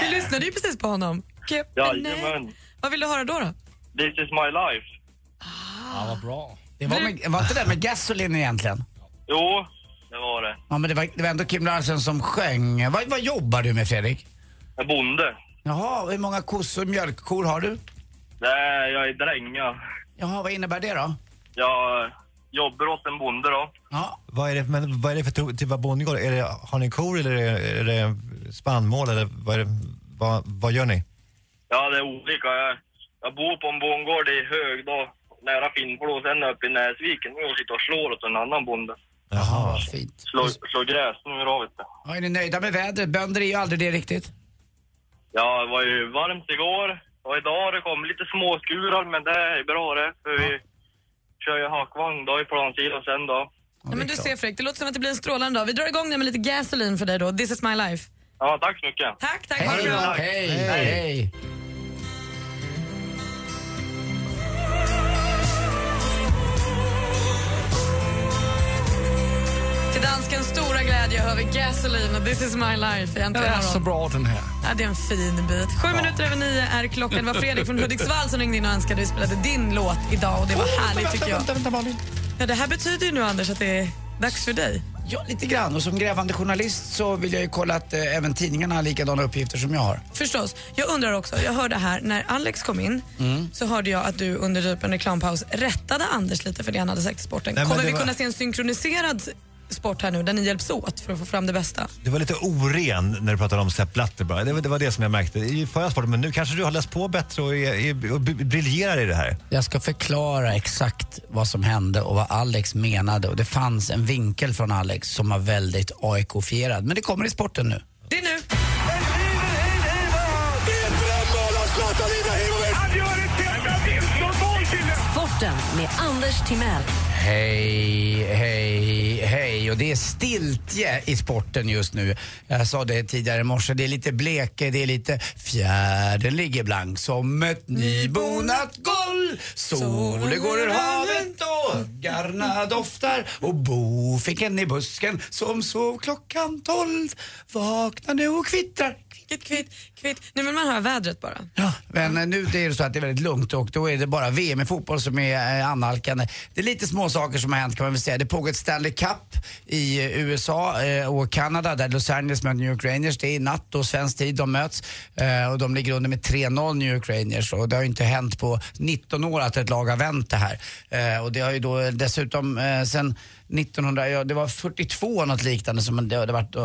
J: Vi lyssnade ju precis på honom. Kepp,
T: Jajamän.
J: Vad vill du höra då? då?
T: This is my life.
I: Ja, vad bra. Det var, med, var inte det med Gasolin egentligen?
T: Jo, det var det.
I: Ja, men det var, det var ändå Kim Larsen som sjöng. Vad, vad jobbar du med Fredrik?
T: Jag är bonde.
I: Jaha, hur många kossor och mjölkkor har du?
T: Nej, jag är dräng ja.
I: Jaha, vad innebär det då?
T: Jag jobbar åt en bonde då.
I: Ja.
H: Vad är det, men vad är det för tro- typ av bondgård? Är det, har ni kor eller är det, är det spannmål eller vad, är det, vad, vad gör ni?
T: Ja, det är olika. Jag, jag bor på en bondgård i Högdal, nära Finnflo, och sen uppe i Näsviken. Nu sitter och slår åt en annan bonde.
I: Jaha, vad fint.
T: Slår, slår gräs nu då, vet du.
I: Ja, är ni nöjda med vädret? Bönder är ju aldrig det riktigt.
T: Ja, det var ju varmt igår och idag har det kommit lite småskurar, men det är bra det. För vi kör ju hakvagn då i plansidan sen då.
J: Ja, men du ser Fredrik, det låter som att det blir en strålande dag. Vi drar igång den med lite gasolin för dig då. This is my life.
T: Ja, tack så mycket.
J: Tack, tack. ha det bra.
I: Hej, hej.
J: Till danskens stora glädje hör vi gasolin och This is my life
S: Den
J: egentligen.
S: är så bra den här.
J: Ja, det är en fin bit. Sju minuter över nio är klockan. Det var Fredrik från Hudiksvall som ringde in och önskade vi spelade din låt idag och det var härligt tycker jag.
I: Vänta, vänta, Malin.
J: Ja, det här betyder ju nu Anders att det är dags för dig.
I: Ja, lite grann. Och som grävande journalist så vill jag ju kolla att eh, även tidningarna har likadana uppgifter som jag har.
J: Förstås. Jag undrar också, jag hörde här när Alex kom in
I: Mm.
J: så hörde jag att du under typ en reklampaus rättade Anders lite för det han hade sagt i sporten.
H: Nej, men
J: Kommer
H: det
J: vi
H: var-
J: kunna se en synkroniserad sport här nu där ni hjälps åt för att få fram det bästa?
H: Du var lite oren när du pratade om Sepp Blatter bara. Det, var- det var det som jag märkte i förra sporten. Men nu kanske du har läst på bättre och, är, är, och b- briljerar i det här.
I: Jag ska förklara exakt vad som hände och vad Alex menade. Och det fanns en vinkel från Alex som var väldigt AIK-fierad. Men det kommer i sporten nu.
J: Det är nu.
D: Sporten med Anders Timell.
I: Hej, hej, hej. Och det är stiltje i sporten just nu. Jag sa det tidigare i morse. Det är lite bleke, det är lite fjärden ligger blank som ett nybonat golv. Solen går ur havet och garna doftar och bofiken i busken som sov klockan tolv vaknar nu och kvittrar.
J: Kvitt, kvitt, kvitt. Nu vill man höra vädret bara.
I: Men eh, nu det är det så att det är väldigt lugnt och då är det bara VM i fotboll som är eh, annalkande. Det är lite små saker som har hänt kan man väl säga. Det pågår ett Stanley Cup i eh, USA eh, och Kanada där Los Angeles möter New York Rangers. Det är i natt och svensk tid de möts eh, och de ligger under med 3-0 New York Rangers och det har ju inte hänt på 19 år att ett lag har vänt det här. Eh, Och det har ju då dessutom eh, sen 1900, ja det var 42 något liknande som det hade varit eh,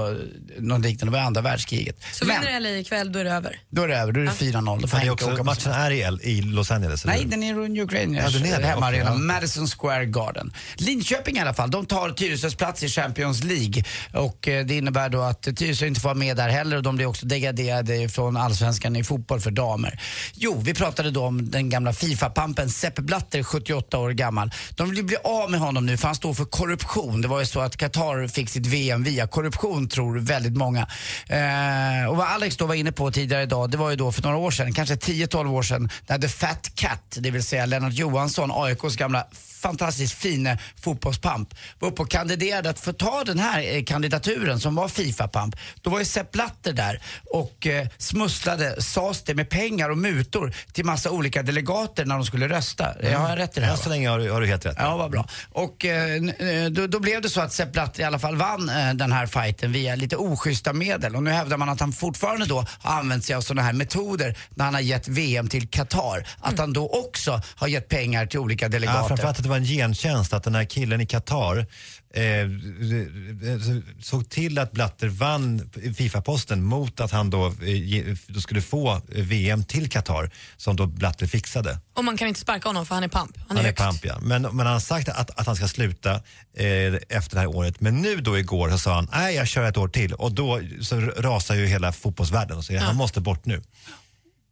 I: något liknande, det var andra världskriget.
J: Så vinner LA ikväll, då är det över.
I: Då är det över, då är det 4-0. Då får
H: Men det är
I: Henke
H: också,
I: åka på
H: matchen är i, L- i Los Angeles? eller?
I: Nej, den är runt New Ukraine.
H: Ja, den är det.
I: Hemmaarena,
H: Okej, ja.
I: Madison Square Garden. Linköping i alla fall, de tar Tyresös plats i Champions League. Och eh, det innebär då att Tyresö inte får vara med där heller och de blir också degraderade från allsvenskan i fotboll för damer. Jo, vi pratade då om den gamla Fifa-pampen Sepp Blatter, 78 år gammal. De vill ju bli av med honom nu för han står för korruption. Det var ju så att Qatar fick sitt VM via korruption tror väldigt många. Eh, och vad Alex då var inne på tidigare idag, det var ju då för några år sedan, kanske 10-12 år sedan, när The Fat Cat, det vill säga Lennart Johansson, AIKs gamla fantastiskt fine fotbollspamp, var uppe och kandiderade att få ta den här eh, kandidaturen som var Fifa-pamp. Då var ju Sepp Blatter där och eh, smusslade, sas det, med pengar och mutor till massa olika
H: Mm.
I: delegater när de skulle rösta. Eh, Har jag rätt i det här?
H: Än så länge har du, har du helt rätt.
I: Ja, vad bra. Och eh, n- eh, eh, då, då blev det så att Sepp Blatter i alla fall vann eh, den här fighten via lite oschyssta medel. Och nu hävdar man att han fortfarande då har använt sig av sådana här metoder när han har gett VM till Qatar. Att
H: Mm.
I: han då också har gett pengar till olika
H: Ja,
I: delegater.
H: framförallt att det var en gentjänst att den här killen i Qatar eh, såg till att Blatter vann Fifa-posten mot att han då, eh, ge- då skulle få VM till Qatar som då Blatter fixade.
J: Och man kan inte sparka honom för han är pamp. Han
H: Han
J: är,
H: är,
J: högst.
H: pamp, ja. Men, men han har sagt att, att han ska sluta eh, efter det här året. Men nu då igår så sa han, nej jag kör ett år till. Och då så rasar ju hela fotbollsvärlden och säger, han måste bort nu.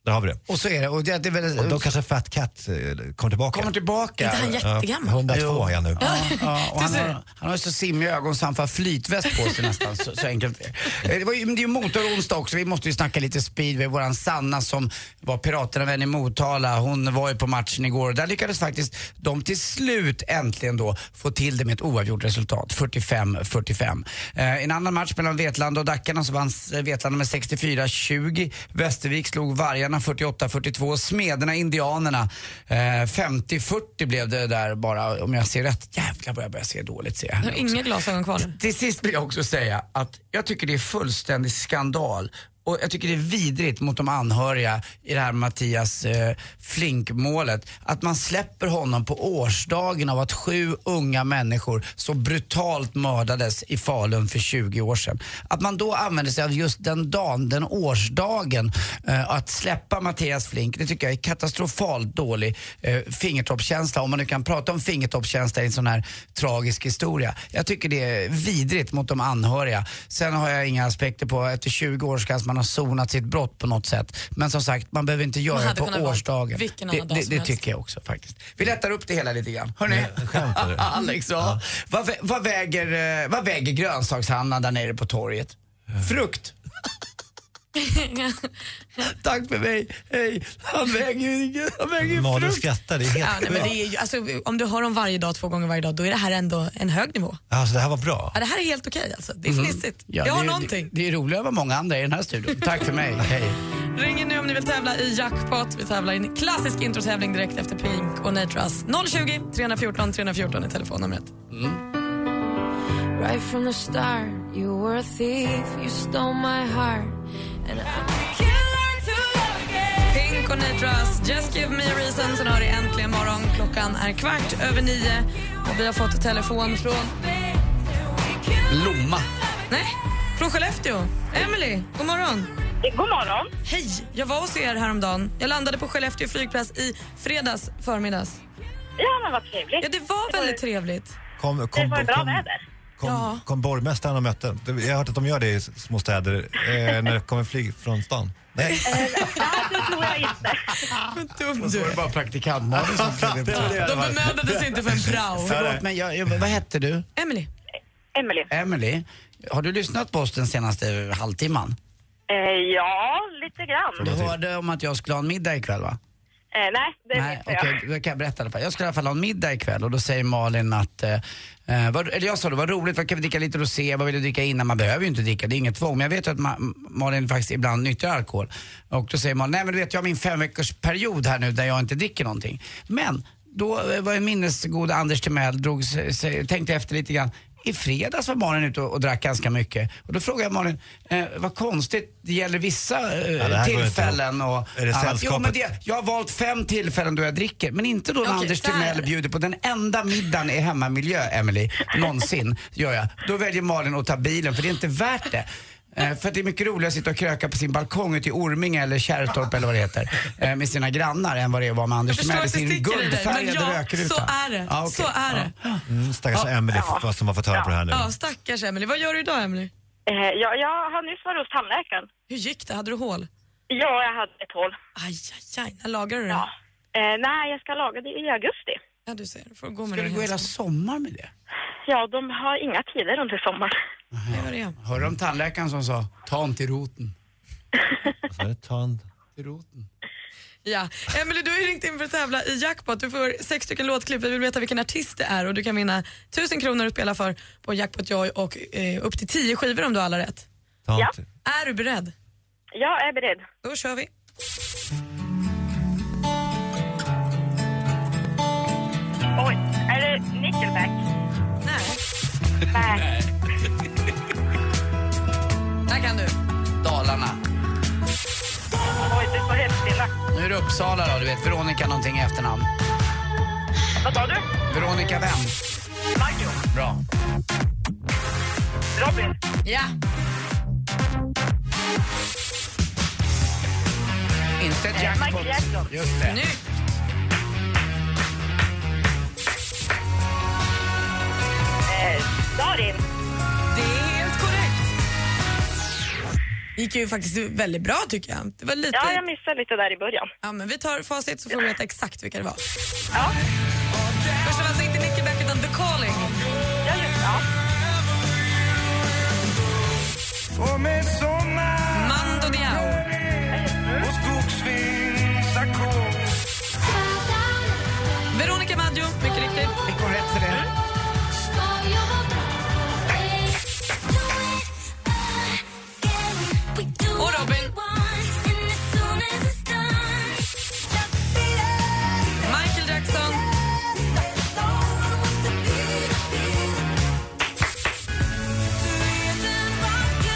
H: Där har vi det.
I: Och så är det. Och, det, det är väl,
H: Och då kanske Fat Cat eh, kommer tillbaka.
I: Kommer tillbaka.
H: Är inte han jättegammal? 102 är han nu.
I: Ja, ja, och
H: Du
I: han,
H: ser.
I: har, han har ju så simmiga ögon så han får ha flytväst på sig nästan. Så, så enkelt är det. Eh, Det, var ju, men det är ju motoronsdag också. Vi måste ju snacka lite speedway. Våran Sanna som var Piraterna-vän i Motala, hon var ju på matchen igår. Där lyckades faktiskt de till slut äntligen då få till det med ett oavgjort resultat. 45-45. Eh, en annan match mellan Vetlanda och Dackarna så vann s- Vetlanda med 64-20. Västervik slog Vargarna 48-42. Smederna, Indianerna eh, 50-40 blev det där bara om jag ser rätt. Jävlar vad jag börjar se dåligt ser jag här
J: Du
I: nu
J: har
I: också.
J: inga glasögon kvar nu.
I: Till sist vill jag också säga att jag tycker det är fullständig skandal och jag tycker det är vidrigt mot de anhöriga i det här Mattias eh, Flink-målet. Att man släpper honom på årsdagen av att sju unga människor så brutalt mördades i Falun för 20 år sedan. Att man då använder sig av just den dagen, den årsdagen, eh, att släppa Mattias Flink, det tycker jag är katastrofalt dålig eh, fingertoppskänsla, om man nu kan prata om fingertoppskänsla i en sån här tragisk historia. Jag tycker det är vidrigt mot de anhöriga. Sen har jag inga aspekter på, efter 20 år ska man ha sonat sitt brott på något sätt. Men som sagt, man behöver inte göra
J: Man
I: det
J: hade
I: på
J: kunnat valt
I: årsdagen.
J: vilken
I: det
J: annan dag
I: det,
J: som
I: det
J: helst.
I: tycker jag också faktiskt. Vi lättar upp det hela lite grann. Hörrni,
H: skämtar du?
I: Alex, ja. vad, vä- vad, väger, eh, vad väger grönsakshandlaren där nere på torget? Frukt. Tack för mig, hej. Han väger ju han väger ju
H: Malin
I: frukt.
H: skrattar, det är helt
J: Ja, nej, men
H: sjukt.
J: det är ju, alltså, om du har dem varje dag, två gånger varje dag, då är det här ändå en hög nivå.
H: Alltså det här var bra.
J: Ja, det här är helt okej alltså. Det är
I: Mhm.
J: fnissigt.
I: Ja,
J: jag har
I: det är-
J: någonting.
I: Det, det är roligare än vad många andra är i den här studion. Tack för mig, hej.
J: Ring in nu om ni vill tävla i jackpot. Vi tävlar i en klassisk introtävling direkt efter Pink och Natras. 020 314 314 är telefonnumret.
M: Right from the start, you were a thief, you stole my heart. And I
J: Pink och Natras, Just Give Me A Reason. Sen har det äntligen morgon. Klockan är kvart över nio och vi har fått telefon från...
I: Lomma.
J: Nej, från Skellefteå. Emily, god morgon.
U: Eh,
J: God morgon. Hej, jag var hos er häromdagen. Jag landade på Skellefteå flygplats i fredags förmiddags. Ja, men vad trevligt. Ja, det var väldigt trevligt.
H: Kom, kom, kom, kom,
J: Ja.
H: kom borgmästaren och mötte? Jag har hört att de gör det i små städer eh, när det kommer flyg från stan. Nej.
M: det tror jag inte.
I: Och så var det bara praktikant Malin som klev upp.
J: De bemödades inte för en brau.
I: Förlåt, men jag, jag, vad hette du?
J: Emily.
U: Emily.
I: Emily, har du lyssnat på oss den senaste halvtimman?
U: Eh, ja, lite grann.
I: Du hörde om att jag skulle ha en middag ikväll va?
U: Eh, nej, det
I: Nej,
U: vet jag.
I: okej, då kan jag berätta i alla fall. Jag skulle i alla fall ha en middag ikväll och då säger Malin att, eh, eh, vad, eller jag sa det, vad roligt, vad kan vi dricka lite rosé, vad vill du dricka innan? Man behöver ju inte dricka, det är inget tvång. Men jag vet ju att Ma- Malin faktiskt ibland nyttjar alkohol. Och då säger Malin, nej men du vet jag har min femveckorsperiod här nu där jag inte dricker någonting. Men då eh, var ju minnesgoda Anders Timell, drog, sig- sig- tänkte efter lite grann. I fredags var Malin ute och, och drack ganska mycket. Och då frågade jag Malin, eh, vad konstigt, det gäller vissa eh,
H: Ja, det här går inte
I: tillfällen och
H: ihop. Är det
I: annat. Jo, men
H: sällskapet?
I: det, jag har valt fem tillfällen då jag dricker, men inte då när
H: Okej,
I: Anders
H: så här.
I: Timell bjuder på den enda middagen i hemmamiljö, Emily, någonsin, gör jag. Då väljer Malin att ta bilen, för det är inte värt det. Eh, För att det är mycket roligare att sitta och kröka på sin balkong ute i Orminge eller Kärrtorp eller vad det heter eh, med sina grannar än vad det var med Anders
J: Jag förstår
I: Timell i
J: att det
I: sin
J: sticker i dig, men
I: guldfärgade
J: ja,
I: rökruta.
J: så är det.
I: Ja, okej.
J: Så är det.
H: Mm, stackars Emelie för vad som har fått höra på det här nu.
J: Ja, stackars Emily. Vad gör du idag, Emily?
U: Eh, jag, jag har nyss varit hos tandläkaren.
J: Hur gick det? Hade du hål?
U: Ja, jag hade ett hål.
J: Aj, aj, aj. När lagar du det?
U: Ja. Eh, nej, jag ska laga det i augusti.
J: Ja, du ser. Får gå med
I: Ska du gå hela sommaren med det?
U: Ja, de har inga tider under sommaren.
I: Hörde om tandläkaren som sa, ta inte till roten.
H: Tand.
I: Till roten.
J: Ja. Emily, du har ju ringt in för att tävla i Jackpot. Du får sex stycken låtklipp. Vi vill veta vilken artist det är och du kan vinna 1000 kronor att spela för på Jackpot Joy och eh, upp till 10 skivor om du har alla rätt.
H: Tant.
J: Är du beredd?
U: Jag är beredd.
J: Då kör vi.
U: Oj, är det Nickelback?
J: Nej.
U: Nej.
J: Där kan du.
I: Dalarna.
U: Oj, du får helt stilla.
I: Nu är det Uppsala då, du vet Veronica någonting i efternamn.
U: Vad sa du?
I: Veronica vem?
U: Maggio.
I: Bra.
U: Robin.
J: Ja.
I: Inte
U: Eh,
I: jackpot.
U: Michael Jackson.
I: Just det.
J: Snyggt.
U: Eh, Darin.
J: Det är helt korrekt. gick ju faktiskt väldigt bra tycker jag. Det var lite...
U: Ja, jag missade lite där i början.
J: Ja, men vi tar facit så får vi veta exakt vilka det var. Först var alltså inte Nickelback utan The Calling.
U: Ja, just ja.
J: Mando Diao. Veronica Maggio, mycket riktigt.
I: Vi går rätt för det.
J: Mm. Och Robin. Michael Jackson.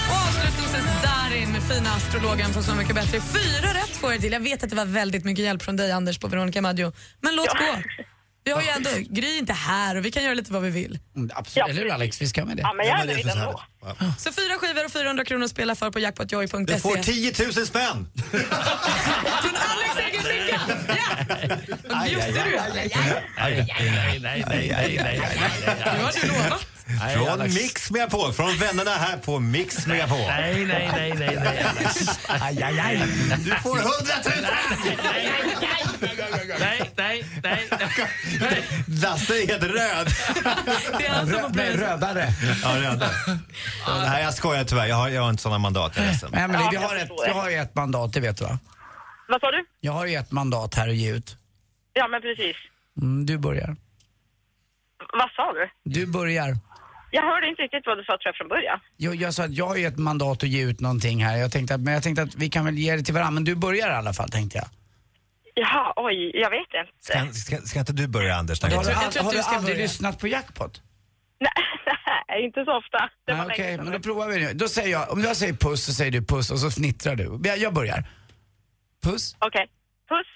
J: Och avslutningsvis Darin, fina astrologen från Så mycket bättre. Fyra rätt får jag till. Jag vet att det var väldigt mycket hjälp från dig Anders på Veronica Maggio. Men låt gå. Vi har ju ändå, Gry är inte här och vi kan göra lite vad vi vill.
I: Mm, Absolut, eller hur Alex? Vi ska med det.
J: Ja, men jag är
I: det
J: nöjd
I: känns
J: ändå.
I: härligt.
J: Så fyra skivor och 400 kronor att spela för på jackpotjoy.se.
H: Du får 10 000 spänn!
J: Från Alex egen ficka! Ja!
H: Aj, aj,
J: Bjussar du?
H: aj. Aj, nej, nej, nej, nej, nej, nej.
J: Nu har du lovat.
S: Nej,
H: Från
S: Alex.
H: Mix Megapol, från vännerna här på Mix Megapol.
S: Nej, nej, nej, nej, nej, Alex. Aj, aj, aj.
H: Du får 100 000!
S: Nej, nej, nej.
H: Lasse är helt röd.
J: Det är alltså han
S: alltså
J: som får
H: Nej,
J: börja.
I: rödare.
H: Ja, röda. Ja, det här, jag skojar tyvärr, jag har, jag har inte sådana mandat. Jag är ledsen.
I: Men Emily,
U: Ja,
I: vi
U: jag
I: har ett,
U: förstår
I: jag
U: det.
I: har ju ett mandat, det vet du va?
U: Vad sa du?
I: Jag har ju ett mandat här att ge ut.
U: Ja, men precis.
I: Mm, du börjar.
U: Vad sa du?
I: Du börjar.
U: Jag hörde inte riktigt vad du sa tror jag från början.
I: Jag, jag sa att jag har ju ett mandat att ge ut någonting här. Jag tänkte att, men jag tänkte att vi kan väl ge det till varandra. Men du börjar i alla fall, tänkte jag.
U: Jaha, oj, jag vet inte.
H: Ska, ska, ska inte du börja, Anders?
I: Har du,
H: Nej,
I: all, har du aldrig lyssnat på Jackpot?
U: Nej, inte så ofta. Det
C: Ah,
U: var
I: Nej, Okej,
U: länge sedan.
I: men då provar vi nu. Då säger jag, om jag säger puss så säger du puss och så fnittrar du. Jag, jag börjar. Puss.
U: Okej. Puss.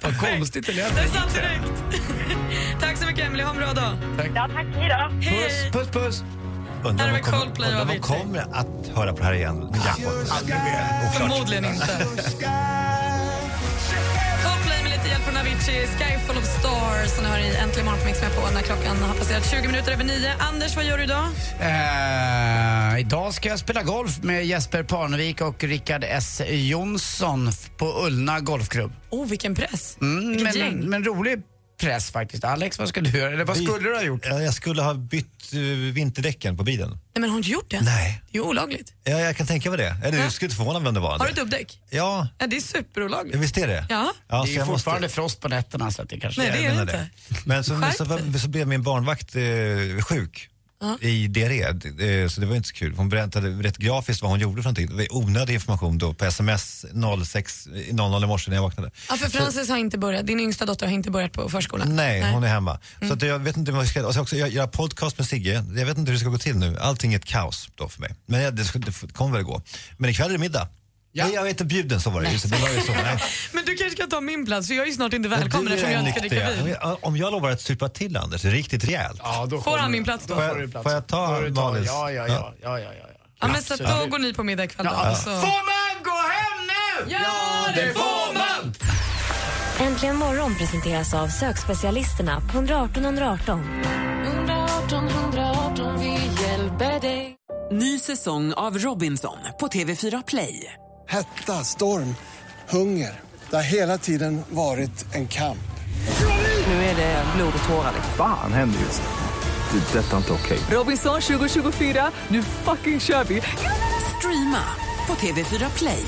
I: Vad konstigt det lät.
J: Det satt direkt. Tack så mycket Emily. ha en bra dag.
U: ja, tack. Hej då.
I: Puss, puss, puss.
H: Undrar
J: Här
H: om
J: har
H: de
J: vi Coldplay
H: kommer, undrar
J: och
H: om de
J: Avicii.
H: kommer att höra på det här igen. med Jackpot.
J: Förmodligen inte. Coldplay med lite hjälp från Avicii, Sky full of stars. Och nu har ni äntligen morgon på Mix på när klockan har passerat 20 minuter över nio. Anders, vad gör du idag?
I: Eh, idag ska jag spela golf med Jesper Parnevik och Rickard S Jonsson f- på Ullna Golfklubb.
J: Oh, vilken press.
I: Mm,
J: Vilket
I: men,
J: gäng.
I: men, men rolig press faktiskt. Alex, vad ska du göra? Eller vad skulle du ha gjort?
H: Ja, Jag skulle ha bytt eh, vinterdäcken på bilen.
J: Nej, men har du inte gjort det?
H: Nej.
J: Det är olagligt.
H: Ja, jag kan tänka mig det. Eller
J: Ja.
H: du skulle inte förvåna vem det var.
J: Har du dubbdäck?
H: Ja,
J: Ja, det är superolagligt.
H: visst är det?
J: Ja.
I: det är ju fortfarande frost på nätterna så att det kanske
J: Nej, det är det
H: menar
J: inte.
H: Men så,
J: Skärp
H: så, var- så blev min barnvakt eh, sjuk
J: Ja.
H: i diarré, eh, så det var inte så kul. Hon berättade rätt grafiskt vad hon gjorde för någonting. Det var onödig information då på sms 06.00 i morse när jag vaknade.
J: Ja, för Frances har inte börjat. Din yngsta dotter har inte börjat på förskolan.
H: Nej, hon är hemma. Så
J: Mm.
H: att jag vet inte vad jag ska... Och så också, jag gör podcast med Sigge. Jag vet inte hur det ska gå till nu. Allting är ett kaos då för mig. Men jag, det, ska- det kommer väl gå. Men ikväll är det middag. Nej, jag är inte bjuden, så var det ju. Så det var ju så. Nej.
J: Men du kanske kan ta min plats, för jag är ju snart inte
H: Men
J: välkommen
H: du är
J: eftersom jag
H: en
J: inte ska dricka
H: nykter.
J: vin.
H: Om jag lovar att supa till Anders riktigt rejält.
I: Ja, då
J: Får han min plats då?
I: Då
H: Får
I: får
H: jag-
I: du plats.
H: får jag ta
I: Får du
H: Malins?
I: Ja, ja, ja. ja, ja, ja, ja.
J: Ja, men så att då
I: Absolut.
J: går ni på middag ikväll
I: Ja,
J: då.
I: ja.
J: Så.
I: Får man gå hem nu?
J: Ja, det får man!
D: Äntligen morgon presenteras av sökspecialisterna på 118 118.
M: 118 118, vi hjälper dig.
A: Ny säsong av Robinson på TV4 Play.
B: Hetta, storm, hunger. Det har hela tiden varit en kamp.
A: Nu är det blod och tårar. liksom.
C: Fan händer just det. Det är detta inte okej.
A: Robinson 2024, nu fucking kör vi! Streama på TV4 Play.